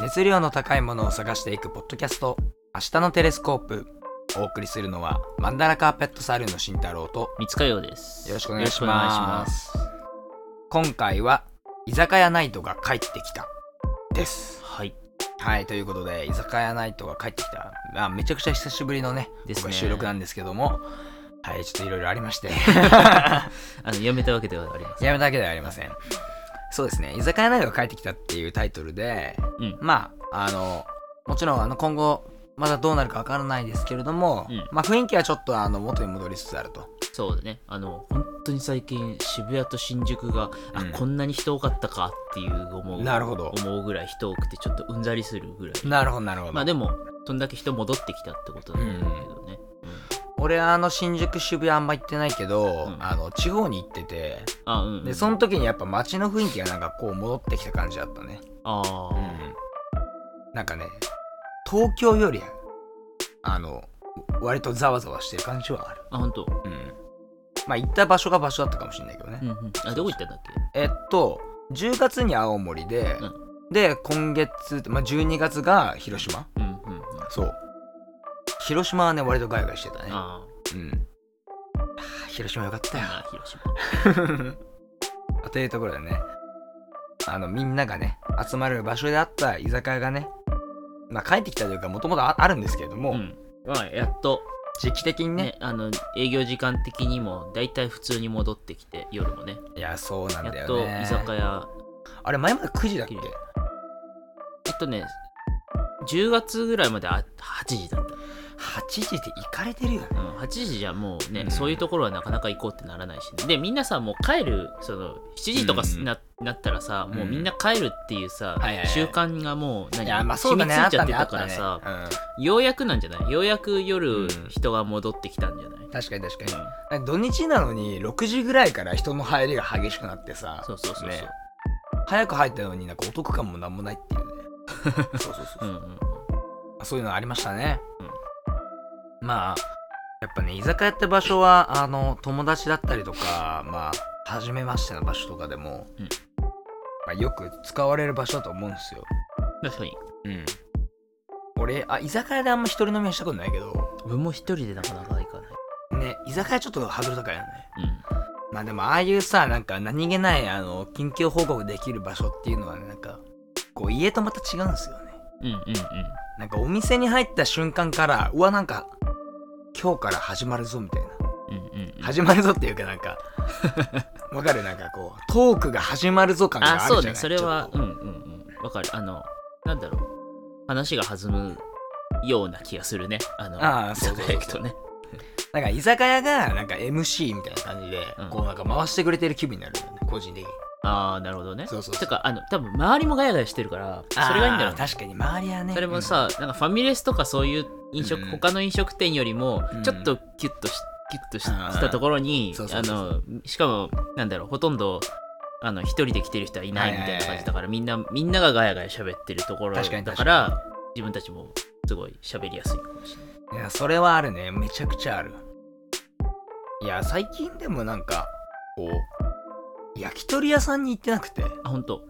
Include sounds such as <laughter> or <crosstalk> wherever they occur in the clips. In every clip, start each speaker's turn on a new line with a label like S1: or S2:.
S1: 熱量の高いものを探していくポッドキャスト「明日のテレスコープ」お送りするのはマンダラカーペットサルーンの慎太郎と
S2: 三塚洋です。
S1: よろしくお願いします今回は「居酒屋ナイトが帰ってきた」です
S2: はい。
S1: はいということで居酒屋ナイトが帰ってきた、まあ、めちゃくちゃ久しぶりのね
S2: ですね
S1: 僕は収録なんですけどもはいちょっといろいろありまして
S2: あの、やめたわけではありません。
S1: やめただけではありませんそうですね居酒屋ナイトが帰ってきたっていうタイトルで
S2: うん。
S1: まあ、あの、もちろん、あの、今後、まだどうなるかわからないですけれども、
S2: うん
S1: まあ、雰囲気はちょっと、あの、元に戻りつつあると。
S2: そうだね。あの、本当に最近、渋谷と新宿が、あ、
S1: うん
S2: こんなに人多かったかっていう思う。
S1: なるほど
S2: 思うぐらい人多くて、ちょっとうんざりするぐらい。
S1: なるほど、なるほど。
S2: まあでも、そんだけ人戻ってきたってことなんだけどね。うん
S1: 俺、あの、新宿、渋谷あんま行ってないけど、
S2: うん
S1: あの、地方に行ってて、
S2: あ、うんうん。
S1: で、その時にやっぱ街の雰囲気がなんかこう戻ってきた感じだったね。
S2: あ
S1: う
S2: あ、
S1: ん。なんかね、東京より、あの、割とざわざわしてる感じはある。
S2: あ、本当。
S1: うん。まあ、行った場所が場所だったかもしれないけどね。
S2: うんうん。あ、どこ行ったんだっけ
S1: えっと10月に青森で、
S2: うん
S1: で今月、まあ、12月が広島
S2: うんうんうん。
S1: そう広島はね割とガヤガヤしてたね
S2: あ
S1: うんあー広島よかった
S2: <laughs>
S1: よ
S2: あ、広島。
S1: というところでねあのみんながね集まる場所であった居酒屋がねまあ帰ってきたというかもともとああるんですけれども、
S2: うん。まあ、やっと、
S1: 時期的にね
S2: ね、あの、営業時間的にも、だいたい普通に戻ってきて、夜もね。
S1: いやそうなんだ
S2: や
S1: よ
S2: っと
S1: ね
S2: 居酒屋、
S1: あれ前まで9時だっけ
S2: きれいえっとね、10月ぐらいまであ8時だっ
S1: 8時って行かれてるよね
S2: た。うん、8時じゃもうね、
S1: うん
S2: そういうところはなかなか行こうってならないし、ね、で、みんなさ、もう帰る、その、7時とかす
S1: うん
S2: な,、なったらさ、もううんみんな帰るっていう
S1: は
S2: さ、
S1: いはいはい
S2: 習慣がもう、
S1: い
S2: 何、
S1: やまあそうだね
S2: 染
S1: あ
S2: み
S1: っ
S2: ついちゃ
S1: た
S2: っ
S1: ね
S2: て
S1: あ
S2: た
S1: っ
S2: か
S1: た
S2: ら
S1: ね、
S2: さ、
S1: うん
S2: ようやくなんじゃないようやく
S1: うん
S2: 夜、人が戻ってきたんじゃない、
S1: 確かに確かに、
S2: うん
S1: なんか土日なのに6時ぐらいから人の入りが激しくなってさ
S2: そうそうそうそう、
S1: ね早く入ったのになんかお得感もなんもないっていう
S2: <laughs>
S1: ねそうそうそう
S2: う
S1: そ
S2: ん
S1: う、
S2: うんうん。
S1: そういうのありましたね、まあやっぱね居酒屋って場所はあの友達だったりとかまあ初めましての場所とかでも、
S2: うん
S1: まあ、よく使われる場所だと思うんですよ、
S2: 確かに。
S1: うん、俺あ居酒屋であんま一人飲みはしたことないけど
S2: 俺も一人でなかなか行かない。
S1: ね居酒屋ちょっとハードル高いよね
S2: うん。
S1: まあでもああいうさなんか何気ないあの緊急報告できる場所っていうのはねなんかこう家とまた違うんですよね
S2: うんうんうん。
S1: なんかお店に入った瞬間からうわなんか今日から始まるぞみたいな
S2: うんうんうん、
S1: 始まるぞっていうかなんか <laughs> わかるなんかこうトークが始まるぞ感があ
S2: あ
S1: る
S2: そう
S1: じゃない
S2: ねそれは
S1: ち
S2: う
S1: ょ
S2: ん
S1: っ
S2: うんうんわかるあのなんだろう話が弾むような気がするねあの
S1: あー
S2: 居酒屋行くとね
S1: となんか居酒屋がなんか MC みたいな感じで、
S2: うん
S1: こうなんか回してくれてる気分になるんだよね個人的に
S2: ああなるほどね
S1: そうそうそう
S2: てかあの多分周りもガヤガヤしてるからそれがいいんだろう
S1: あー
S2: ね
S1: 確かに周りはね
S2: それもさ、なんかファミレスとかそういう飲食、
S1: うん
S2: 他の飲食店よりも
S1: うん
S2: ちょっとキュッとし,、キュッとし
S1: あー
S2: したところに
S1: そうそ
S2: あ
S1: うそうそ
S2: のしかもなんだろうほとんどあの一人で来てる人はいないみたいな感じだから、みんなみんながガヤガヤ喋ってるところだ
S1: 確
S2: か
S1: からに確か
S2: 自分たちもすごい喋りやすいかもしれな
S1: い
S2: い。
S1: や、それはあるね。めちゃくちゃある。いや、最近でもなんか、こう、焼き鳥屋さんに行ってなくて、
S2: あ本当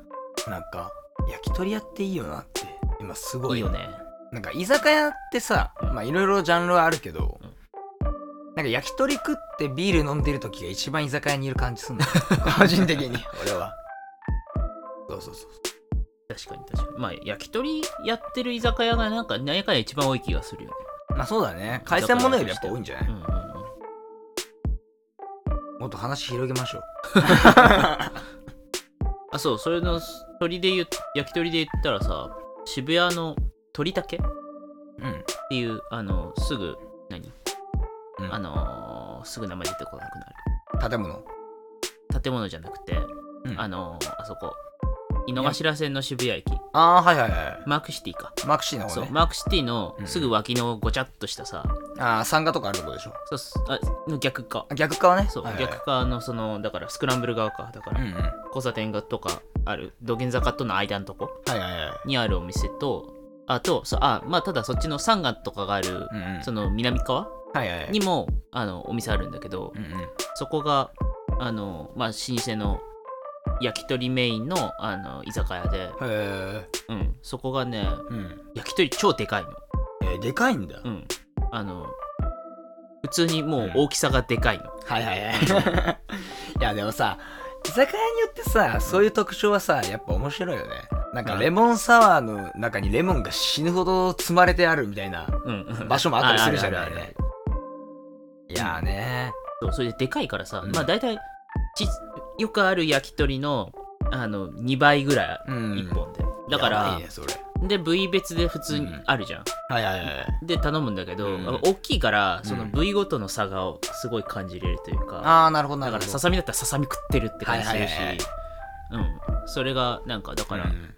S1: なんか、焼き鳥屋っていいよなって、今すごい。
S2: いいよね。
S1: なんか、居酒屋ってさ、まあ、いろいろジャンルはあるけど
S2: うん、
S1: なんか焼き鳥食ってビール飲んでる時が一番居酒屋にいる感じ
S2: <laughs>
S1: すんだよ個人的に俺はそうそうそう
S2: 確かに確かに。まあ焼き鳥やってる居酒屋がなんか何やかんや一番多い気がするよね。
S1: まあそうだね海鮮物よりやっぱ多いんじゃない、
S2: うんうんうん。
S1: もっと話広げましょ
S2: <laughs>
S1: う
S2: あそうそれの鳥で言う焼き鳥で言ったらさ渋谷の鳥竹っ
S1: うん、
S2: ていうあのすぐ何、
S1: うん
S2: あのーすぐ名前出てこなくな
S1: 建物
S2: る建物じゃなくて、
S1: うん
S2: あのーあそこ井の頭線の渋谷駅
S1: ああはいはいはい
S2: マークシティか、
S1: マクシーの方
S2: そう
S1: ね
S2: マークシティの
S1: うん
S2: すぐ脇のごちゃっとしたさ、
S1: ああ、参加とかあるとこでしょ。
S2: そうすあの逆か
S1: あ逆側ね。
S2: そう、
S1: はいはい
S2: 逆側のそのだからスクランブル側かだから、
S1: うんうん。は
S2: 交差点がとかある道玄坂との間のとこ
S1: いはいはい。
S2: にあるお店とあとそうあまあただそっちの三月とかがある
S1: うんうん。
S2: その南側
S1: はいはいはい。
S2: にもあのお店あるんだけど
S1: うんうん。
S2: そこがあのまあ老舗の焼き鳥メインのあの居酒屋で、
S1: へえ
S2: うん、そこがね
S1: うん
S2: 焼き鳥超でかいの、
S1: えーでかいんだ、
S2: うん、あの普通にもう大きさがでかいの、
S1: はいはいはい <laughs> いやでもさ居酒屋によってさそういう特徴はさやっぱ面白いよねなんか
S2: うん
S1: レモンサワーの中にレモンが死ぬほど積まれてあるみたいな
S2: うんうん
S1: 場所もあったりするじゃな
S2: あ
S1: い
S2: るあるあ
S1: ね
S2: る
S1: いやーね
S2: そうそれででかいからさ、
S1: うん
S2: まあ大体ちよくある焼き鳥のあの2倍ぐら
S1: う
S2: い
S1: ん
S2: 1本で、だか
S1: やば
S2: ら
S1: いねそれ
S2: で部位別で普通にあるじゃん、
S1: はいはいはい
S2: で頼むんだけど、
S1: うん
S2: やっぱ大きいからその
S1: うん
S2: 部位ごとの差がすごい感じれるというか、
S1: ああなるほどな
S2: だ
S1: る
S2: か
S1: ほ
S2: ら
S1: ど
S2: ささみだったらささみ食ってるって感じするし、
S1: はいはい
S2: うんそれがなんかだから、
S1: うん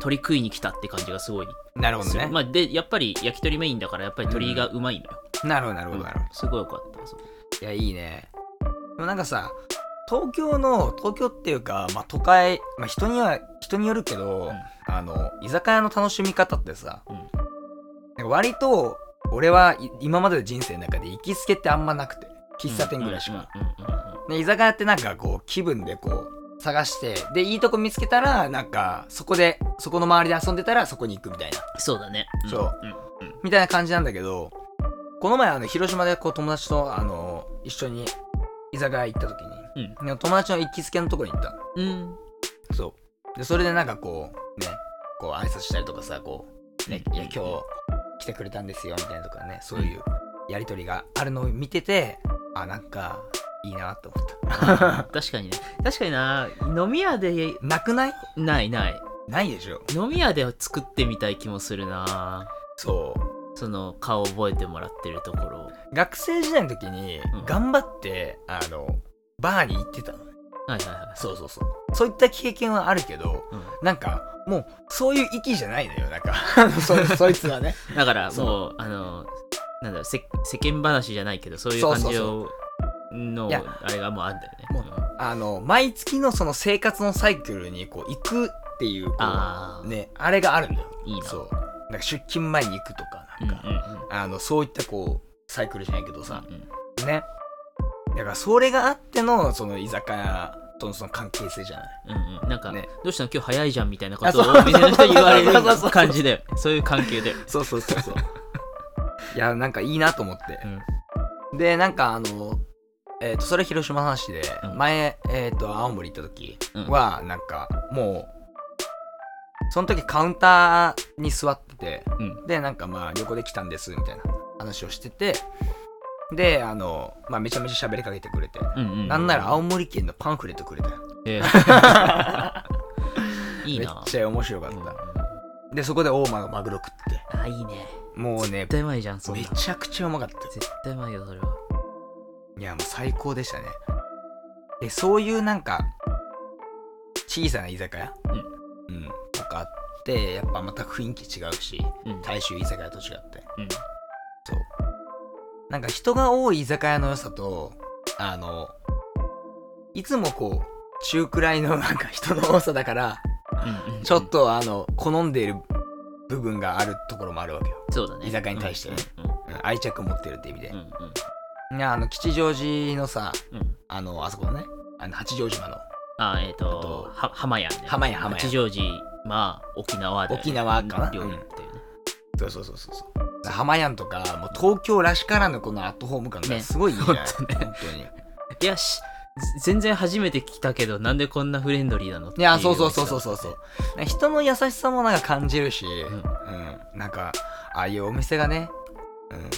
S2: 鳥食いに来たって感じがすごい
S1: なるほど
S2: する
S1: ね、
S2: まあでやっぱり焼き鳥メインだからやっぱり鳥がうまいのよ、
S1: なるほどなるほ
S2: う
S1: ど
S2: ん
S1: なるほ
S2: すごいよかったそう
S1: どいやいいねでもなんかさ東京の東京っていうか、まあ、都会、まあ、人には人によるけど、
S2: うん
S1: あの居酒屋の楽しみ方ってさ、
S2: うん
S1: なんか割と俺はい今までの人生の中で行きつけってあんまなくて喫茶店ぐらいしか、
S2: うんうんうんうんうん
S1: で居酒屋ってなんかこう気分でこう探してでいいとこ見つけたらなんかそこでそこの周りで遊んでたらそこに行くみたいな
S2: そうだねん
S1: そう
S2: うんうん
S1: みたいな感じなんだけどこの前あの広島でこう友達とあの一緒に居酒屋行った時に、ね友達の行きつけのとこに行ったの
S2: うん
S1: そうでそれでなんかこうねこう挨拶したりとかさこう、ね
S2: うん
S1: いや今日来てくれたんですよみたいなとかねそういうやり取りがあるのを見ててあなんかいいなと思った
S2: <laughs> 確かにね確かにな飲み屋で
S1: なくない
S2: ないない
S1: ないでしょ
S2: 飲み屋で作ってみたい気もするな
S1: そう
S2: その顔覚えてもらってるところ
S1: 学生時代の時に
S2: うん
S1: 頑張って、あのバーに行ってたの
S2: はいはいはい
S1: そうそうそうそういった経験はあるけど
S2: うん
S1: なんかもうそういう域じゃないのよなんか
S2: <laughs>
S1: あのそそいつはね
S2: だから
S1: そう
S2: もうあのなんだろう世世間話じゃないけどそういう
S1: そう
S2: 感
S1: そう
S2: じ
S1: そ
S2: をの
S1: いや
S2: あれがもうあんだよね
S1: もう
S2: うん
S1: あの毎月のその生活のサイクルにこう行くっていうこう
S2: あー
S1: ねあれがあるんだよ
S2: いいな
S1: そうなんか出勤前に行くとか
S2: う
S1: なんん
S2: う
S1: か、
S2: ん
S1: あのそういったこうサイクルじゃないけどさ、
S2: うんうん
S1: ねだからそれがあってのその居酒屋とのその関係性じゃない
S2: うんうんなんか、
S1: ね
S2: どうしたの今日早いじゃんみたいなこと
S1: あそ
S2: を
S1: う
S2: 店の人に言われる
S1: そうそうそうそう
S2: 感じだよねそういう関係で
S1: そうそうそう
S2: <laughs>
S1: そう。いや、なんかいいなと思って。で、なんかあの、えっ、と、それ広島の話で、
S2: うん
S1: 前、えっ、と、青森行った時
S2: うん
S1: は、なんか、もう、その時カウンターに座ってて、
S2: うん
S1: で、なんかまあ、旅行で来たんです、みたいな話をしてて、で、あの、まあ、めちゃめちゃ喋りかけてくれて、
S2: うんうん
S1: なんなら青森県のパンフレットくれたよ。
S2: えー
S1: <laughs>
S2: <laughs> いい
S1: めっ
S2: な
S1: ちゃ面白かっ
S2: うんうん
S1: た。で、そこで大間がマグロ食って、
S2: あいいね
S1: もうね
S2: 絶、対うまいじゃんそんな
S1: め
S2: 絶
S1: ちゃくちゃうまかった。
S2: 対うまいよそれはい
S1: やもう最高でしたねでそういうなんか小さな居酒屋うん、とかあってやっぱまた雰囲気違うし
S2: うん
S1: 大衆居酒屋と違って
S2: うん
S1: そうなんか人が多い居酒屋の良さとあのいつもこう中くらいのなんか <laughs> 人の多さだから
S2: うんうん
S1: ちょっとあの好んでいる部分があるところもあるわけよ、
S2: そうだね
S1: 居酒屋に対してね
S2: うんうん
S1: うん愛着持ってるって意味で、
S2: うんうん
S1: いやあの吉祥寺のさ
S2: うんうん
S1: あのあそこのねあの八丈島の
S2: あえっ、ー、
S1: あと
S2: とは浜屋ね
S1: 浜屋浜屋
S2: 八丈寺まあ沖縄だよね
S1: 沖縄かな
S2: 料理っていうね、
S1: そうそうそうそうそう。浜やんとか、もう東京らしからぬこのアットホーム感がすごいいいじゃない、
S2: ね
S1: 本当に。
S2: いやしぜ全然初めて来たけどなんでこんなフレンドリーなのって
S1: い
S2: い
S1: や、そうそうそうそうそうそう。なんか人の優しさもなんか感じるし、うんん、なんか、ああいうお店がね、うん、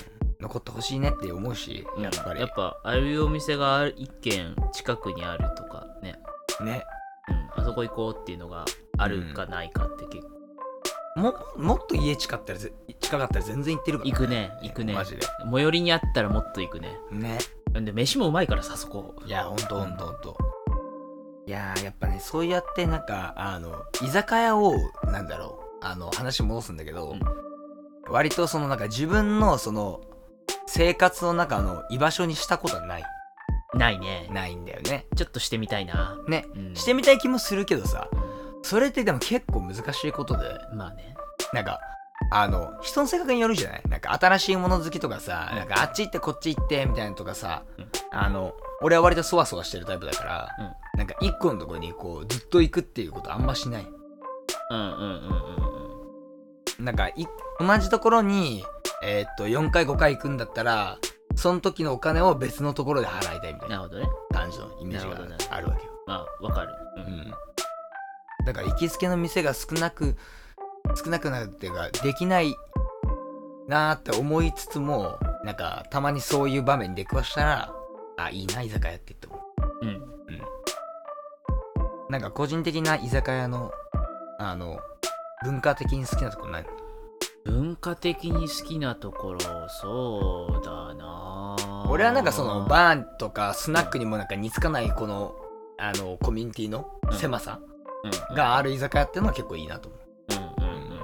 S1: 残ってほしいねって思うし、
S2: や
S1: や
S2: っ
S1: っ
S2: ぱ
S1: ぱ
S2: り
S1: り。
S2: やっぱああいうお店がある一軒近くにあるとかね、
S1: ね。
S2: うん、あそこ行こうっていうのがあるかないかって結構、
S1: も、もっと家近かったらぜ、近かったら全然行ってるから、
S2: 行くね行くね
S1: マジで。
S2: 最寄りにあったらもっと行くね
S1: ね。
S2: で飯もうまいからさそこ
S1: いや、ほんとほんとほんと。いやー、やっぱね、そうやって、なんか、あの、居酒屋を、なんだろう、あの、話戻すんだけど、
S2: うん
S1: 割とその、なんか自分の、その、生活の中の居場所にしたことはない、
S2: ないね
S1: ないんだよね。
S2: ちょっとしてみたいな、
S1: ね。
S2: うん、
S1: してみたい気もするけどさ、
S2: う
S1: それってでも結構難しいことで、
S2: んまあね
S1: なんか、あの、人の性格によるじゃないなんか新しいもの好きとかさ、なんかあっち行ってこっち行ってみたいなのとかさ、
S2: うん
S1: あの、俺は割とそわそわしてるタイプだから、
S2: うん
S1: なんか一個のところにこうずっと行くっていうことあんましない
S2: うんうんうんうん
S1: なんかい同じところにえーっと4回5回行くんだったらその時のお金を別のところで払いたいみたい
S2: うん。
S1: な
S2: なるほどね。
S1: 感じのイメージ
S2: なるほどね
S1: があるわけよ、
S2: まあ、わかる。う
S1: うんん、だから行きつけの店が少なく少なくなるっていうかできないなーって思いつつもなんかたまにそういう場面に出くわしたらあいいな居酒屋って言っても
S2: うん。
S1: なんか個人的な居酒屋のあの文化的に好きなとこない
S2: 文化的に好きなところ、そうだなぁ
S1: 俺はなんかそのバーンとかスナックにもなんか似つかないこのあのコミュニティの狭さ
S2: うん
S1: がある居酒屋ってのは結構いいなと思う
S2: うんうんうんうん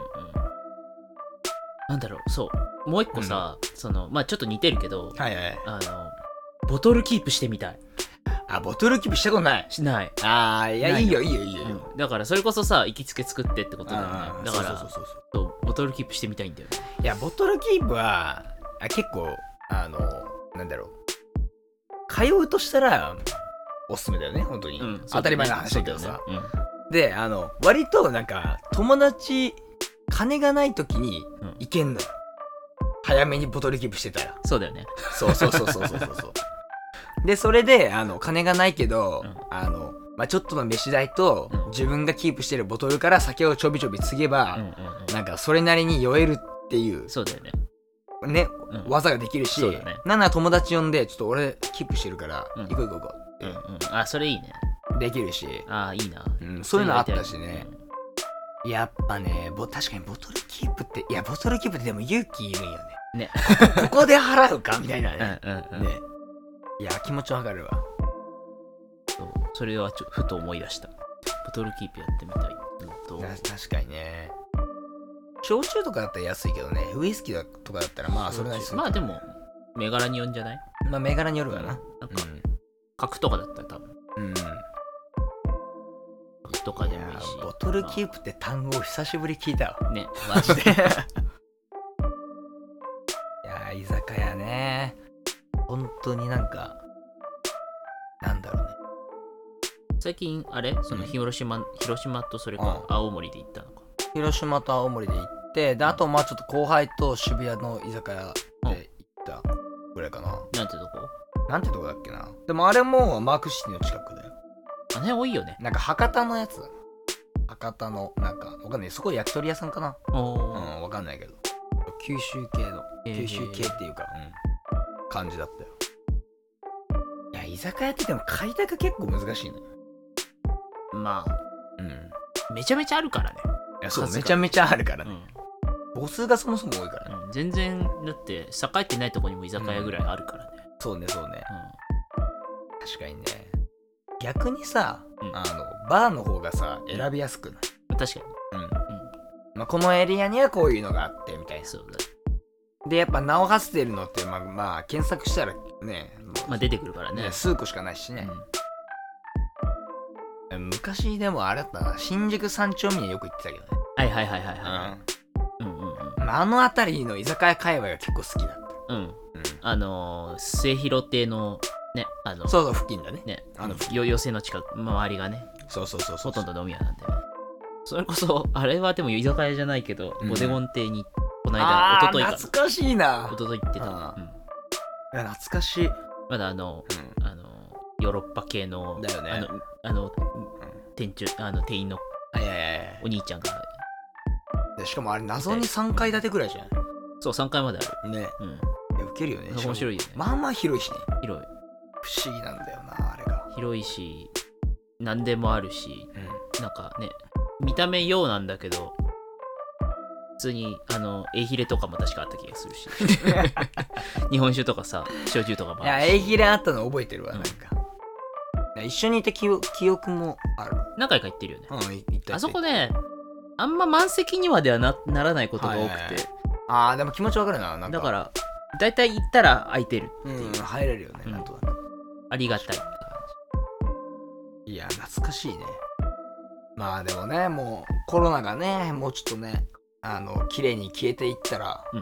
S2: なんだろう、そう。もう一個さ、その、まあちょっと似てるけど、
S1: はいはい
S2: あの、ボトルキープしてみたい。
S1: あボトルキープしたことない
S2: しない。
S1: あーいや
S2: ないい
S1: いよ
S2: の
S1: いいよいいよいいよ、
S2: だからそれこそさ行きつけ作ってってことだよ
S1: あ
S2: ね
S1: ー
S2: だか
S1: そう
S2: ら
S1: そうそうそう
S2: そうボトルキープしてみたいんだよね
S1: いやボトルキープはあ結構あのなんだろう通うとしたらおすすめだよね本当に、
S2: うん
S1: 当たり前の話だけどさ、
S2: そうだよね
S1: であの割となんか友達金がない時に
S2: うん
S1: 行けんのよ、早めにボトルキープしてたら
S2: うんそうだよね
S1: そうそうそうそうそうそうそう <laughs> でそれであの金がないけど、
S2: うん
S1: あのまあ、ちょっとの飯代と、
S2: うん
S1: 自分がキープしてるボトルから酒をちょびちょびつげば、
S2: うんうんうん
S1: なんかそれなりに酔えるっていう
S2: そうだよね
S1: ね、
S2: うん
S1: 技ができるし、
S2: そうだね
S1: なんなら友達呼んでちょっと俺キープしてるから、
S2: うん
S1: 行こう行こう
S2: うん
S1: 行こ
S2: うんあそれいいね
S1: うできるし、
S2: あいいな
S1: うん、そういうのあったしね
S2: う、ん
S1: やっぱねぼ確かにボトルキープっていやボトルキープってでも勇気いるんよね
S2: ね
S1: <laughs> ここで払うかみたいな
S2: う
S1: ね,、
S2: んうんうん
S1: ねいや気持ちわかるわ
S2: そうそれはちょふと思い出したボトルキープやってみたいうんと
S1: な確かにね焼酎とかだったら安いけどねウイスキーだとかだったらまあそれなりにする
S2: まあでも銘柄によんじゃない
S1: まあ銘柄によるわ
S2: うん
S1: な
S2: なんか角とかだったら多分
S1: うん、うん、い
S2: 角とかでもいい
S1: や
S2: し
S1: ボトルキープって単語を久しぶり聞いたわ
S2: <laughs> まあねマジで
S1: いやー居酒屋ね本当になんかなんだろうね
S2: 最近あれその広島広島とそれか
S1: う
S2: 青森で行ったのか
S1: 広島と青森で行ってであとまあちょっと後輩と渋谷の居酒屋で行ったぐらいかな、
S2: なんてとこ
S1: なんてとこだっけなでもあれもマークシティの近くだよ
S2: あの辺多いよね
S1: なんか博多のやつだな博多のなんかわかんないそこ焼き鳥屋さんかなう
S2: おー
S1: んわかんないけど九州系の
S2: えー
S1: 九州系っていうか、うん感じだったよいや居酒屋ってでも開拓結構難しいのよ
S2: ま
S1: うん
S2: あめちゃめちゃあるからね、
S1: いやそう
S2: 数が
S1: めちゃめちゃあるから
S2: う
S1: ね、
S2: ん
S1: 母数がそもそも多いからね
S2: うん全然だって栄えてないとこにも居酒屋ぐらいあるからね、
S1: そうねそうね確かにね逆にさ、
S2: うん
S1: あのバーの方がさ選びやすくない、
S2: うん確かに
S1: うんまあ、このエリアにはこういうのがあってみたいな
S2: そうだ、
S1: でやっぱ名を馳せてるのってまあ、まあ、検索したらねもう
S2: まあ、出てくるからね
S1: ね数個しかないしね、昔でもあれだったな新宿三丁目によく行ってたけどね、
S2: はいはいはいはいはいううんうん
S1: うんまああの辺りの居酒屋界隈が結構好きだっ
S2: うんうん
S1: た、
S2: あのー、末広亭のねあの
S1: そうそう付近だね
S2: ね
S1: あの
S2: よ寄せの近く周りがね
S1: そうそうそうそ
S2: ほ
S1: う
S2: とんど飲み屋なんでそれこそあれはでも居酒屋じゃないけど、
S1: うん
S2: ボデゴン亭にこの間
S1: あ
S2: 一
S1: あ
S2: 昨日か
S1: 懐かしいな
S2: 一昨日行ってた、う
S1: あー
S2: ん
S1: いや懐かしい、
S2: まだあのあのヨーロッパ系の
S1: だよね
S2: あのあの店長あの店員の
S1: いやいやいや
S2: お兄ちゃんが
S1: でしかもあれ謎に3階建てぐらいじゃん
S2: そう3階まである、
S1: ね
S2: うん、
S1: いやウケるよね
S2: なんか面白いよね
S1: しかもまあまあ広いしね
S2: 広い
S1: 不思議なんだよなあれが
S2: 広いし何でもあるしなんかね見た目ようなんだけど普通にあのエイヒレとかも確かあった気がす
S1: <laughs>
S2: るし日本酒とかさ焼酎とかも
S1: いや
S2: ある
S1: エイ
S2: し
S1: ヒレあったの覚えてるわ
S2: う
S1: なんんかいや一緒にいた記憶記憶もある
S2: 何回か行ってるよね
S1: うんい行った
S2: あそこ
S1: で
S2: ねあんま満席にはではなならないことが多
S1: はい
S2: く
S1: はい
S2: て
S1: ああでも気持ちわかるななんか
S2: だから大体行ったら空いてる
S1: うん入れるよね
S2: うん
S1: なんとなく
S2: ありがたいって
S1: いや懐かしいねまあでもねもうコロナがねもうちょっとねあの綺麗に消えていったら
S2: うん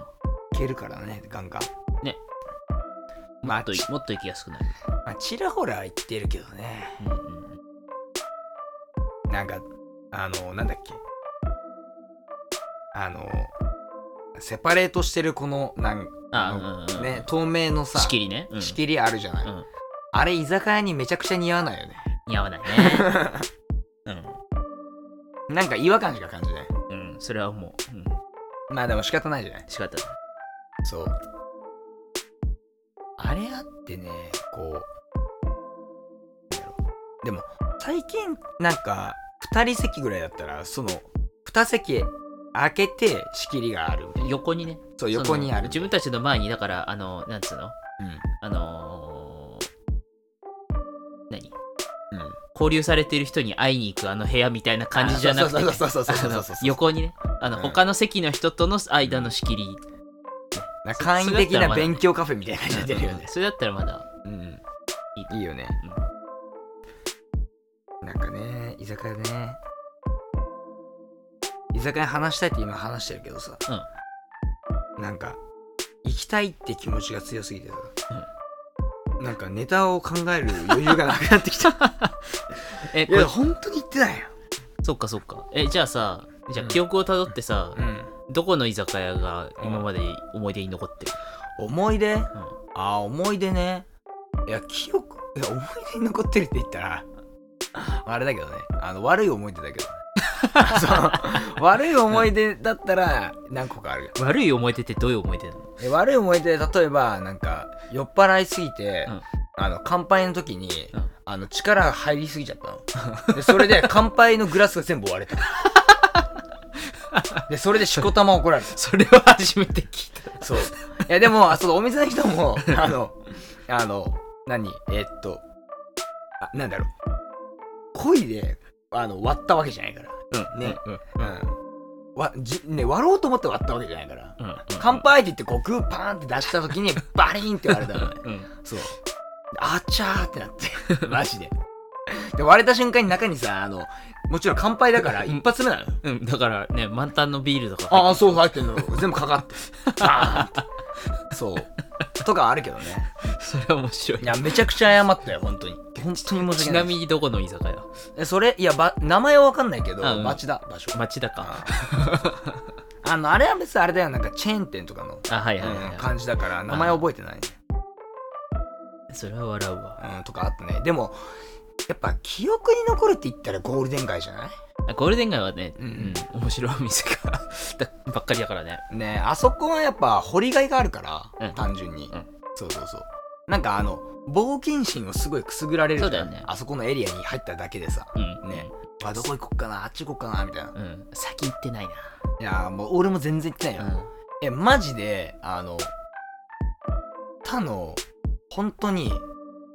S1: 消えるからねガンガン
S2: ねもっと
S1: まあち
S2: もっと行きやすくなる、
S1: まあ、ちらほら言ってるけどね。
S2: うんうん、
S1: なんか、あの、なんだっけ。あの、セパレートしてるこの、なん
S2: ああ、うんうん、
S1: ね、透明のさ、
S2: 仕切りね、うん、
S1: 仕切りあるじゃない、
S2: うん
S1: あれ、居酒屋にめちゃくちゃ似合わないよね。
S2: 似合わないねうん
S1: なんか違和感しか感じない。
S2: うん、それはもう、うん、
S1: まあでも仕方ないじゃない
S2: 仕方ない。
S1: そう。あれあってね、こう。なんだろうでも、最近、なんか、2人席ぐらいだったら、その、2席開けて仕切りがあるみたいな。
S2: 横にね、
S1: そう、
S2: そ
S1: 横
S2: の
S1: にある。
S2: 自分たちの前に、だから、あの、なんつうの、
S1: う
S2: あのー、何
S1: ん。うん。
S2: 交流されてる人に会いに行くあの部屋みたいな感じじゃなくてね、
S1: あそうそうそうそうそうそうそうそうそう
S2: あの横にね、あの、
S1: うん
S2: 他の席の人との間の仕切り、
S1: なんか簡易的な勉強カフェみたいな感じになってるよ
S2: う
S1: ね
S2: ん。それだったらまだ、
S1: うん。いいよね。なんかね、居酒屋でね。居酒屋話したいって今話してるけどさ。なんか、行きたいって気持ちが強すぎてさ。なんかネタを考える余裕が <laughs> なくなってきた。
S2: え、
S1: い
S2: これ
S1: や、、本当に行ってないよ。
S2: そっかそっか。え、じゃあさ、じゃあ
S1: うん
S2: 記憶をたどってさ、
S1: うん。
S2: どこの居酒屋が今まで思い出に残ってる、
S1: 思い出あ
S2: うん
S1: あー、思い出ね。いや、記憶、いや、思い出に残ってるって言ったら、あれだけどね。あの、悪い思い出だ
S2: <laughs>
S1: けど。そう悪い思い出だったら何個かあるよ
S2: 悪い思い出ってどういう思い出なの
S1: で悪い思い出例えばなんか酔っ払いすぎて、
S2: うん
S1: あの乾杯の時に、
S2: うん
S1: あの力が入りすぎちゃったのでそれで乾杯のグラスが全部割れ
S2: <laughs>
S1: たでそれでしこたま怒られた
S2: それは初めて聞いた。
S1: そういやでもあそのお店の人もあのあの何えっとあなんだろう恋であの割ったわけじゃないから
S2: うん
S1: ね
S2: うん。
S1: うんわじね、割ろうと思って割ったわけじゃないから、
S2: うん。
S1: 乾杯って言ってこうグーパーンって出した時にバリーンって割れたのね
S2: <laughs> うん。
S1: そう。あちゃーってなって。マジで。で、割れた瞬間に中にさ、あの、もちろん乾杯だから
S2: うん
S1: 一発目なの。
S2: うん。だからね、満タンのビールとか。
S1: ああ、そう入ってんの。全部かかって。バーンって。そう。とかあるけどね。
S2: それは面白い
S1: い。や、めちゃくちゃ謝ったよ、本当に。本当に申し
S2: ち
S1: 訳な。
S2: ないみにどこの居酒屋
S1: えそれ、いや、ば名前はわかんないけど、
S2: あうん
S1: 町だ、場所。
S2: 町田か。
S1: ああの、あれは別にあれだよ、なんかチェーン店とかの、
S2: あ、はいはいはい
S1: うん、
S2: は
S1: 感じだから、名前覚えてないね。
S2: い。それは笑うわ。
S1: うん、とかあってね。でも、やっぱ記憶に残るって言ったらゴールデン街じゃない
S2: あゴールデン街はね、う
S1: うん
S2: ん、面白いお店が <laughs> だばっかりだからね。
S1: ねえあそこはやっぱ掘りがいがあるから、
S2: うん
S1: 単純に、
S2: うん
S1: そうそうそうなんかあの冒険心をすごいくすぐられるじゃん
S2: そうだよね
S1: あそこのエリアに入っただけでさ
S2: うん。
S1: ねあどこ行こっかなあっち行こっかなみたいな
S2: うん。先行ってないない
S1: やーもう俺も全然行ってない。よ、
S2: うん。
S1: えマジであの他の本当に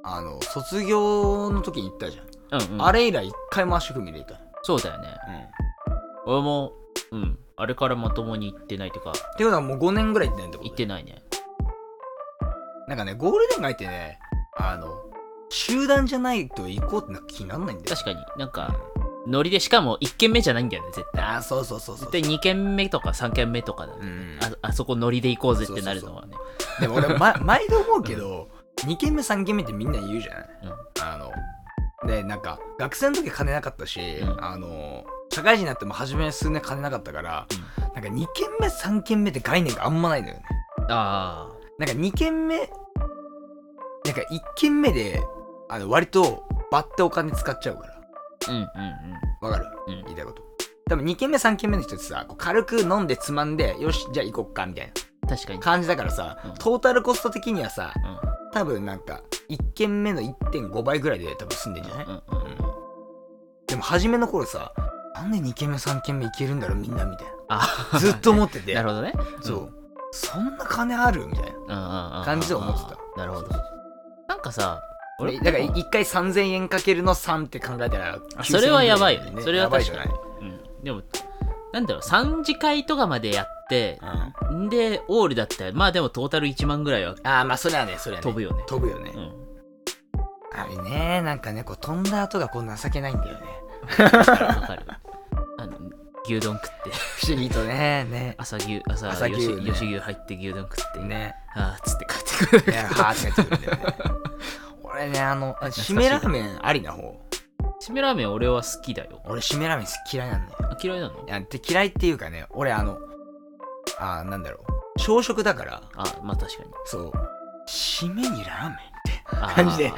S1: あの卒業の時に行ったじゃん、
S2: うんうん、
S1: あれ以来一回も足踏み入れた、
S2: そうだよね。
S1: っ
S2: 俺も、うん。あれからまともに行ってないというか、
S1: ていうのはもう5年ぐらい行ってないってこと
S2: 行ってないね。
S1: なんかねゴールデン街ってねあの集団じゃないと行こうってなんか気になんないんだよ
S2: 確かになんか、ノリで、しかも1軒目じゃないんだよね、絶対。
S1: あーそうそうそうそう
S2: 絶対2軒目とか3軒目とかだね。
S1: うん
S2: ああそこノリで行こうぜってなるのはね。
S1: でも俺、
S2: <laughs>
S1: ま、毎度思うけど2軒目3軒目ってみんな言うじゃない、
S2: うん
S1: あのでなんか学生の時金なかったし、
S2: うん
S1: あの社会人になっても初め数年金なかったから、なんか2軒目3軒目って概念があんまないんだよね
S2: ああ。
S1: なんか2軒目なんか1軒目であの割と割ってお金使っちゃうから
S2: うんうん
S1: わかる
S2: うんうん
S1: 言いたいこと多分2軒目3軒目の人ってさこう軽く飲んでつまんでよしじゃあ行こっかみたい
S2: 確かに
S1: な感じだからさ、
S2: うん
S1: トータルコスト的にはさ
S2: うん
S1: 多分なんか1軒目の1.5倍ぐらいで多分住んでんじゃない、
S2: うんうんうん
S1: でも初めの頃さなんで2軒目3軒目行けるんだろうみんな
S2: <laughs>
S1: みたい
S2: あ
S1: なずっと思ってて
S2: なるほどね
S1: そう、そんな金あるみたいな
S2: 感
S1: 感じで思ってた
S2: なるほど
S1: そう
S2: なんかさ
S1: そうだから1回3000円かけるの3って考えたら
S2: あそれはやばいよ
S1: 9000円ぐ
S2: ね
S1: ら
S2: それは
S1: やばい
S2: 確
S1: じゃな
S2: か
S1: い
S2: に、うん、でもなんだろう3次会とかまでやってんでオールだったらまあでもトータル1万ぐらいは
S1: うん、ああまあそれはねそれはね
S2: 飛ぶよね
S1: 飛ぶよね、
S2: うん
S1: あれねなんかねこう飛んだ後がこう情けないんだよね
S2: わかるわかるあの牛丼食って
S1: 不思議とねね
S2: 朝牛朝
S1: 朝牛
S2: 吉
S1: ね
S2: 吉牛入って牛丼食って、
S1: ね
S2: ああっつって帰ってく
S1: ね
S2: <laughs> る
S1: はーってやってくるんだよね俺ねあのあ締めラーメンありな方
S2: しめラーメン俺は好きだよ
S1: 俺締めラーメン嫌いなんだよ
S2: あ嫌いなの
S1: いやって嫌いっていうかね俺あのあーなんだろう朝食だから
S2: あまあ確かに
S1: そう締めにラーメン
S2: あー
S1: 感じで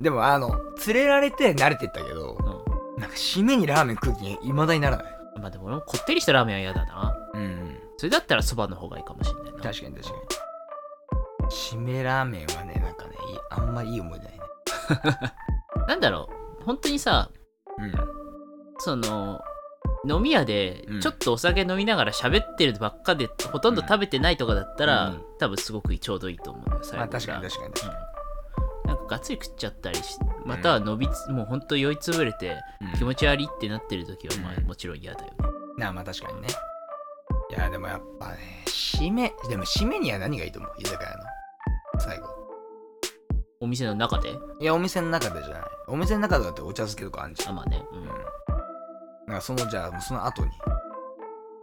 S1: でもあの連れられて慣れてったけど
S2: う
S1: なんか締めにラーメン食う気にいまだにならない
S2: んまあでも俺もこってりしたラーメンは嫌だな
S1: うん
S2: それだったらそばの方がいいかもしれないな
S1: 確かに確かに締めラーメンはねなんかねいいあんまりいい思い出ないね
S2: なんだろう本当にさ
S1: うん
S2: その飲み屋で
S1: うん
S2: ちょっとお酒飲みながら喋ってるばっかで、ほとんど食べてないとかだったら、
S1: うん
S2: 多分すごくちょうどいいと思うよ最
S1: まあ
S2: 後
S1: 確かに
S2: か
S1: 確かに確か
S2: うん、なんかがっつり食っちゃったりしまたは伸びつ、もうほんと酔いつぶれて
S1: に、うん
S2: 気持ち悪いってなってる時は、まあ
S1: うん
S2: もちろん嫌だよね
S1: なあまあ確かにねいやでもやっぱね締めでも締めには何がいいと思う居酒屋の最後
S2: お店の中で
S1: いやお店の中でじゃないお店の中だってお茶漬けとかあんじゃん
S2: あまあね、う
S1: うんん、なんかそのじゃあその後に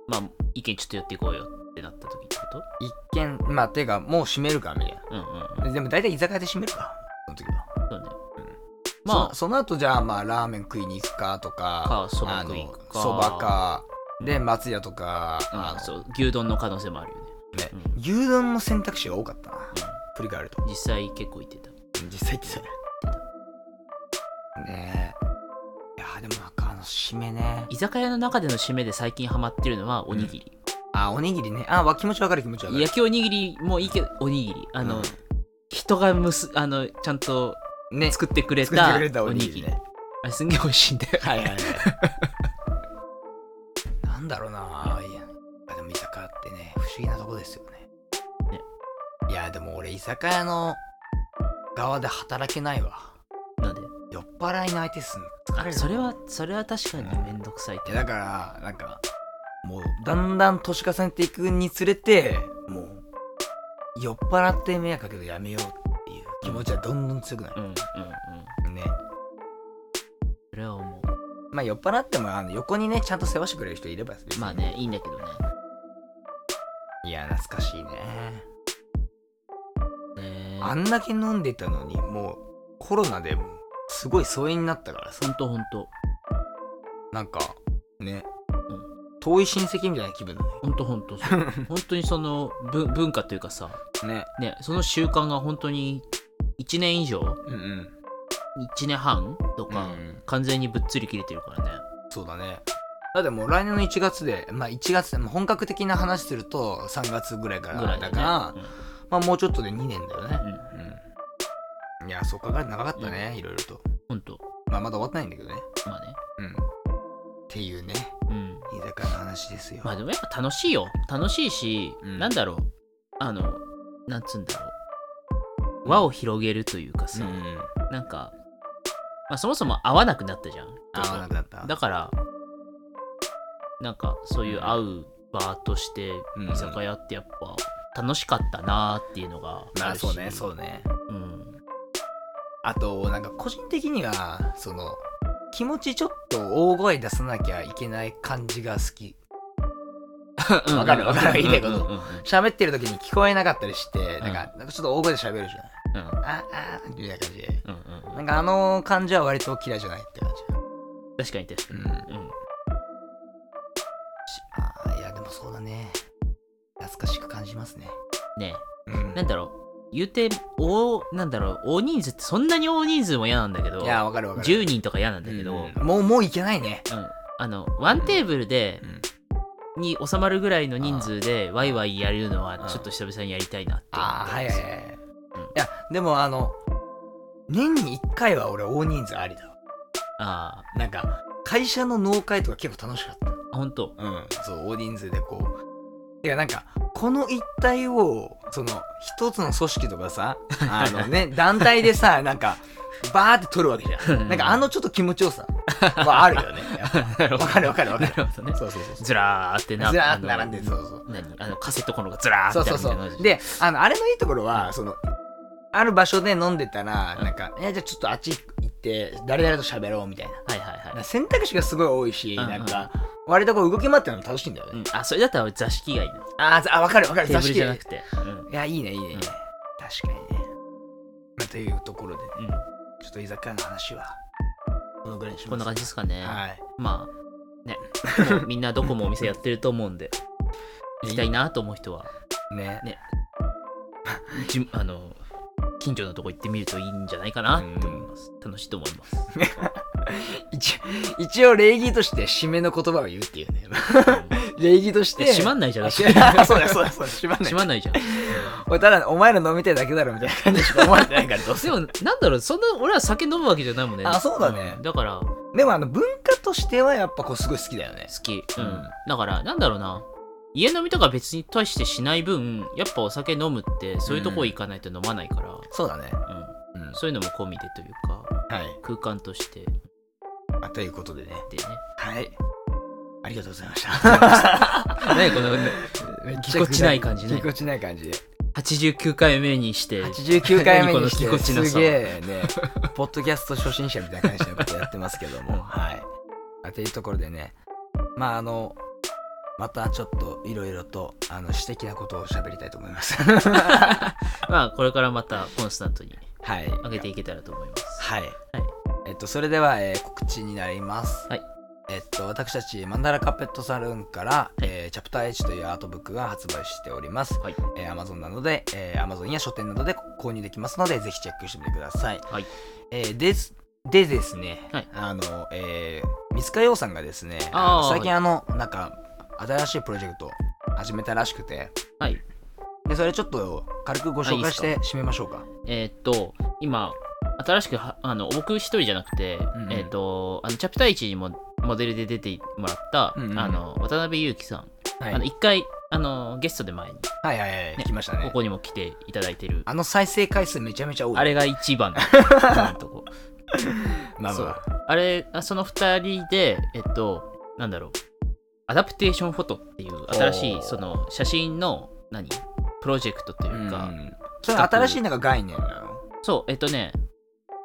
S2: まあ意見ちょっと寄っていこうよってなった時ってこと
S1: 一見まあてかもう閉めるかみたい
S2: うんうんうん
S1: なでも大体居酒屋で閉めるかその時は
S2: そうね、
S1: うん
S2: ま
S1: そその後じゃあまあラーメン食いに行くかとか
S2: かそば
S1: あの
S2: 食いに行くか
S1: そばかで松屋とか、
S2: あ、うん
S1: あの
S2: そう牛丼の可能性もあるよね
S1: ね
S2: うん
S1: 牛丼の選択肢が多かったな振り返ると
S2: 実際結構行ってた
S1: 実際ってねえいやーでもなんかあの締めね
S2: 居酒屋の中での締めで最近ハマってるのはおにぎり、
S1: あおにぎりねあわ気持ちわかる気持ちわかる
S2: 焼きおにぎりもいいけどおにぎりあの、
S1: うん
S2: 人がむすあのちゃんと
S1: ね
S2: 作ってくれ
S1: 作って
S2: た
S1: くれたお
S2: お
S1: に
S2: に
S1: ぎ
S2: ぎ
S1: り
S2: り
S1: ね
S2: あれすんげえ美味しいんだよ
S1: はいはいはいなんだろうないやあでも居酒屋ってね不思議なとこですよね
S2: ね
S1: いやでも俺居酒屋の側で働けないわ
S2: <laughs> なんで
S1: 酔っ払いの相手すんの疲れ
S2: あ
S1: る
S2: それはそれは確かにめんどくさいっ
S1: い
S2: て
S1: やだからなんかもうだんだん年重ねていくにつれてもう酔っ払って迷惑かけどやめようっていう気持ちはどんどん強くな
S2: うん
S1: る、
S2: うんうん
S1: ね
S2: それは思
S1: まあ酔っ払ってもあの横にねちゃんと世話してくれる人いれば
S2: うまあねいいんだけどね
S1: いや懐かしいね
S2: ね
S1: あんだけ飲んでたのにもうコロナでもうすごい疎遠になったから
S2: ほ
S1: さ
S2: んとほんと
S1: なんかね、
S2: う
S1: 遠い親戚みたいな気分だね
S2: ほんとほんとそう
S1: <laughs>
S2: ほんとにそのぶ文化というかさ
S1: ね
S2: ねその習慣が本当に1年以上
S1: うんうん
S2: 1年半とか、
S1: うん
S2: 完全にぶっつり切れてるからね
S1: そうだねだってもう来年の1月でまあ1月でまあ本格的な話すると3月ぐらいから
S2: ぐらい
S1: だ
S2: だ,、ね、
S1: から、まあもうちょっとで2年だよね
S2: うん、うん、
S1: うんいやそっから長かったね、
S2: うん
S1: いろいろと
S2: ほんと
S1: まあまだ終わってないんだけどね
S2: まあね
S1: うんっていうね
S2: うん
S1: 居酒屋の話ですよ、
S2: まあでもやっぱ楽しいよ楽しいし、
S1: うん
S2: なんだろうあのなんつうんだろう輪を広げるというか
S1: う
S2: さ、
S1: ん
S2: なんか、まあ、そもそも会わなくなったじゃん人と
S1: 合わなくなった
S2: だからなんかそういう会う場として
S1: うん
S2: 居酒屋ってやっぱ楽しかったなーっていうのが
S1: ま
S2: あ
S1: あ
S2: るし、
S1: そうねそうね
S2: うん
S1: あとなんか個人的にはその気持ちちょっと大声出さなきゃいけない感じが好きわかるわかる言いたいこと
S2: うんうんうん
S1: 喋ってる時に聞こえなかったりして
S2: ん
S1: なんかなんかちょっと大声で喋るじ
S2: うん
S1: ゃない、ああみたいな感じで
S2: うんうんうん
S1: なんかあの感じは割と嫌いじゃないって感
S2: 確かに確か
S1: じ
S2: に、
S1: うんあ
S2: うん、
S1: あいやでもそうだね懐かしく感じますね
S2: ね
S1: うん
S2: なんだろう言うて大なんだろう大人数ってそんなに大人数も嫌なんだけど
S1: いやわかるわかる
S2: 10人とか嫌なんだけど、うん
S1: うんもうもういけないね
S2: あのワンテーブルで、
S1: うん
S2: に収まるぐらいの人数でワイワイやれるのはちょっと久々にやりたいなって思
S1: ああはいはいはいはい
S2: うん
S1: いやでもあの年に1回は俺大人数ありだわ
S2: あ
S1: なんか会社の納会とか結構楽しかった
S2: あ本当
S1: うんそう大人数でこうてかなんかこの一体をその一つの組織とか
S2: <laughs>
S1: さあのね団体でさなんかバーって取るわけじゃんなんかあのちょっと気持ちよ
S2: <laughs>
S1: さはあるよねやっ
S2: な
S1: ぱ <laughs>
S2: る
S1: わかるわかるわかる
S2: ほどね
S1: そうそうそう
S2: ずらーってな
S1: ずらーっと並んで
S2: あ
S1: そ
S2: の
S1: うそう
S2: 何あのカセットコンロがずらー
S1: そう
S2: って
S1: そ
S2: あ
S1: う
S2: る
S1: そ
S2: みたいな感
S1: う
S2: じ
S1: であのあれのいいところはそのある場所で飲んでたらなんか「いやじゃあちょっとあっち行って誰々と喋ろう」みたいな
S2: はいはいはい
S1: 選択肢がすごい多いし、
S2: うんうん
S1: なんか割とこう動き回ってるの楽しいんだよね、
S2: うん、あそれだったら俺座敷がいいな
S1: あーざあ分かる分かる
S2: テー
S1: 座
S2: ブル
S1: 敷
S2: じゃなくて、うん
S1: いやいいねいいね、いいね
S2: うん
S1: 確かにね、まあ、というところでね
S2: うん、
S1: ちょっと居酒屋の話はこのぐらいにします
S2: こんな感じですかね、
S1: はい
S2: まあ
S1: <laughs>
S2: ねもうみんなどこもお店やってると思うんで行きたいなと思う人は
S1: ね
S2: じあの近所のとこ行ってみるといいんじゃないかなって思います、楽しいと思い
S1: <laughs>
S2: ます、
S1: 一一応礼儀として締めの言葉を言うっていうね <laughs>
S2: うん
S1: 礼儀として
S2: え閉まんないじゃんだって閉
S1: あ <laughs> そうだそうだそうだ閉まんない
S2: まんないじゃん
S1: おいただお前ら飲みたいだけだろみたいな感じしか思われてないからどうせ
S2: <laughs> でもなんだろうそんな俺は酒飲むわけじゃないもんね
S1: あそうだね
S2: んだから好
S1: でもあの文化としてはやっぱこうすごい好きだよね
S2: きうん、
S1: うん
S2: だからなんだろうな家飲みとか別に対してしない分やっぱお酒飲むってそういうとこ行かないと飲まないから、
S1: そうだね
S2: うん
S1: うん
S2: そういうのも込みでというか
S1: はい
S2: 空間としてでね
S1: あということでねはいありがとうございました
S2: <laughs> 何このぎこちない感じね
S1: ぎこちない感じで
S2: 89回目にして
S1: 89回目にして
S2: 何このぎこちなさ
S1: すげえねポッドキャスト初心者みたいな感じのことやってますけど
S2: <laughs>
S1: もはいあというところでねまああのまたちょっといろいろとあの私的なことを喋りたいと思います <laughs>
S2: まあこれからまたコンスタントに
S1: はい
S2: 上げていけたらと思います
S1: はい、えっとそれでは、えー告知になります、
S2: はい
S1: えっと私たちマンダラカペットサルーンから、えーチャプター H というアートブックが発売しております、
S2: はい
S1: えー、Amazon などで、えー、Amazon や書店などで購入できますのでぜひチェックしてみてください、
S2: はい
S1: えーですでですね、
S2: はい
S1: あの、えー、三塚洋さんがですね
S2: あー
S1: あの最近あの、なんか新しいプロジェクトを始めたらしくて
S2: はい
S1: でそれちょっと軽くご紹介し
S2: あい
S1: て締めましょうか
S2: えーっと今新しくはあの僕一人じゃなくて、
S1: うんうん
S2: えーっとあのチャプター1にもモデルで出てもらった、
S1: うんうん
S2: あの渡辺裕樹さん、
S1: はい
S2: あの一回あのゲストで前に
S1: はいはいはい、
S2: ね
S1: 来ましたね
S2: ここにも来ていただいてる
S1: あの再生回数めちゃめちゃ多い。
S2: あれが一番だ今の
S1: <laughs>
S2: とこ
S1: まあ
S2: そ
S1: ま
S2: う
S1: あ。
S2: あれあその2人でえっとなんだろうアダプテーションフォトっていう新し
S1: お
S2: い
S1: ー
S2: その写真の何プロジェクトというか、
S1: うんそれ新しいなんか概念なの
S2: そうえっとね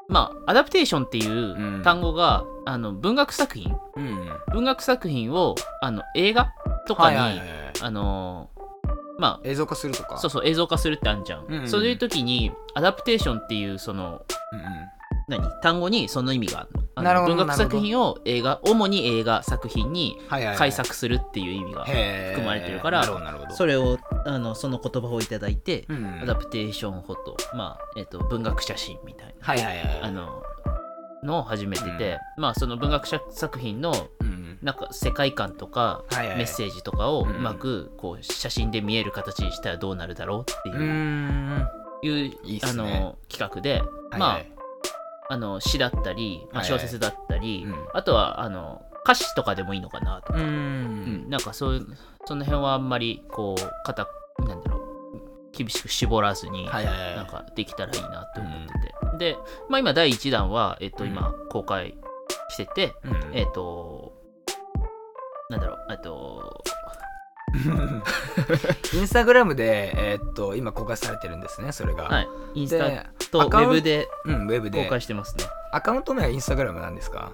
S2: まあアダプテーションってい
S1: ん
S2: う単語が、あの文学作品
S1: うん。
S2: 文学作品をあの映画とか
S1: はい
S2: に、
S1: はいはい。
S2: あのーま
S1: 映像化するとか。
S2: あそう
S1: そ
S2: そう映像化するってあんじゃん、
S1: うんうん
S2: そういう時にアダプテーションっていうその
S1: うん。う
S2: 何単語にその意味があるのあの
S1: なるほど
S2: 文学
S1: なる
S2: 作
S1: ほど
S2: 品を映画主に映画作品に
S1: ん。はいはいはい。
S2: 改作するっていう意味が
S1: 含
S2: 含まれてるから
S1: なるほどなるほど。
S2: それをあのその言葉をいただいて、
S1: うん。
S2: アダプテーションフォト、まあえっと文学写真みたいな、
S1: はいはいは
S2: あ
S1: い。
S2: ののを始めてて、まあその文学者作品の
S1: うん。
S2: なんか世界観とか
S1: はいはい。
S2: メッ
S1: ージ。
S2: セージとか
S1: う
S2: をうんまくこう写真で見える形にしたらどうなるだろうって
S1: うー
S2: いう,、
S1: ん。はい
S2: いう
S1: いいっ
S2: あ
S1: すね
S2: の企画で、
S1: はい
S2: まああの詩だったり、まあ、
S1: はいは
S2: 小
S1: い
S2: 説だったり、
S1: うん
S2: あとはあの歌詞とかでもいいのかなと
S1: う
S2: か、
S1: ー
S2: うん
S1: ん。
S2: なんかそういうその辺はあんまりこう肩なんだろう厳しく絞らずに、
S1: はいはい
S2: な
S1: は
S2: んかできたらいいなって思ってて、で、まあ、今第1弾は、えっと、
S1: うん
S2: 今公開してて、
S1: い。うん
S2: えっとなんだろうえっと
S1: インスタグラムで、えーっと、今公開されてるんですね、それが。。
S2: はいいインスタ
S1: で、
S2: とウ
S1: アカウン
S2: ェブで
S1: うん、ウェブ
S2: 公
S1: で。
S2: 開してますね
S1: アカウント名はインスタグラムなんですか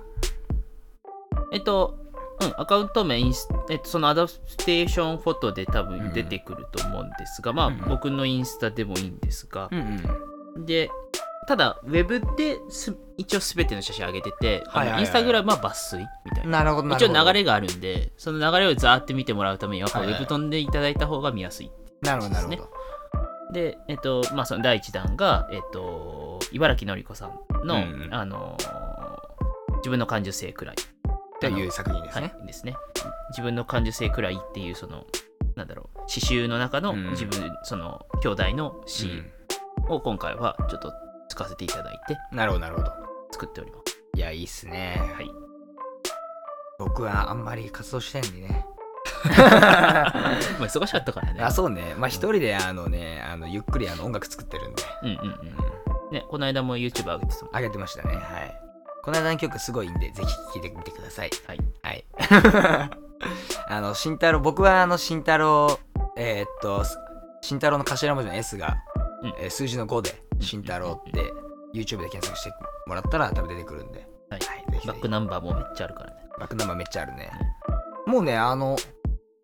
S2: えっと、うん、アカウント名インス、えっと、そのアダプテーションフォトで多分出てくると思うんですが、まあ、
S1: うん
S2: 僕のインスタでもいいんですが、
S1: んうん。
S2: で、ただ、ウェブです一応すべての写真上げてて、あの
S1: はいはいはい
S2: インスタグラムは抜粋みたいな。
S1: なるほど、な
S2: 一
S1: るほど。
S2: 応流れがあるんで、その流れをザーって見てもらうためには、こう
S1: は
S2: ウ
S1: いはい
S2: ェブ飛んでいただいた方が見やすい。
S1: なるほど、なるほ
S2: で
S1: ど。
S2: で、えっと、まあ、その第1弾が、えっと、茨城のりこさんの、
S1: うんうん
S2: あのー自分の感受性くらい。
S1: という作品です
S2: は
S1: ね
S2: い。、ですね。自分の感受性くらいっていうそのなんだろう詩集の中の
S1: うん
S2: 自分、その兄弟の
S1: う
S2: 詩
S1: ん
S2: を今回はちょっと使わせていただいて
S1: なるほど、なるほど。
S2: 作っておりま
S1: <laughs> いや、いいっすね。
S2: す。はい。
S1: 僕はあんまり活動してないんで
S2: <laughs>
S1: ね。
S2: まあ忙しかったからね。
S1: あ、そうね。まあ、一人で、あのね、あのゆっくりあの音楽作ってるんで、
S2: うんうん
S1: うん
S2: う、ん。ねこの間も YouTube 上げてたもん。
S1: 上げてましたね。はい。この間の曲すごいんで、ぜひ聴いてみてください。
S2: はい。
S1: はい。 <laughs> あの、慎太郎、僕はあの、慎太郎、えーっと、慎太郎の頭文字の S が、
S2: うん
S1: えー数字の5で、慎太郎って、YouTube で検索してもらったら多分出てくるんで、は
S2: はい
S1: い、ぜひぜ
S2: バ
S1: ひ
S2: ックナンバーもめっちゃあるからね。
S1: バックナンバーめっちゃあるね。もうねあの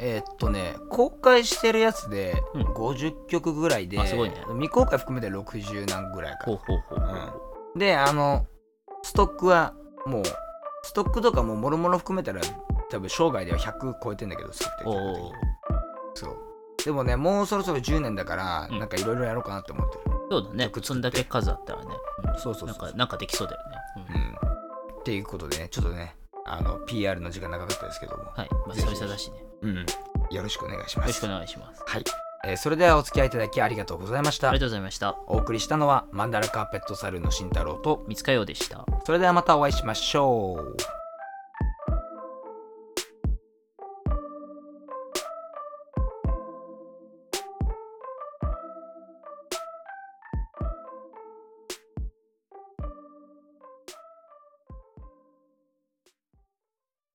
S1: えーっとね公開してるやつで
S2: うん
S1: 50曲ぐらいで、
S2: あすごいね
S1: 未公開含めて60何ぐらいか
S2: ほう
S1: な
S2: ほうほうほうほ
S1: であのストックはもうストックとかももろもろ含めたら多分生涯では100超えてんだけど作って
S2: う。
S1: る曲的
S2: お
S1: に
S2: お。
S1: そうでもねもうそろそろ10年だから、
S2: うん
S1: なんかいろいろやろうかなって思ってる
S2: そうだね
S1: 曲作っ。て
S2: そんだけ数あったらね。うん
S1: そうそう
S2: なん
S1: そう
S2: か、なんかできそうだよね。
S1: う
S2: う
S1: んんっていうことでねちょっとねあの PR の時間長かったですけども、
S2: はい。まあ、
S1: ぜひ
S2: 久々だしね。よ
S1: うん、よろしくお願いしま
S2: ろしく
S1: す
S2: お願いします。
S1: はい、えーそれではお付き合いいただきありがとうございまし
S2: あ
S1: た
S2: りがとうございました。
S1: お送りしたのはマンダラカーペットサルーンの慎太郎と
S2: 三塚洋でした。
S1: それではまたお会いしましょう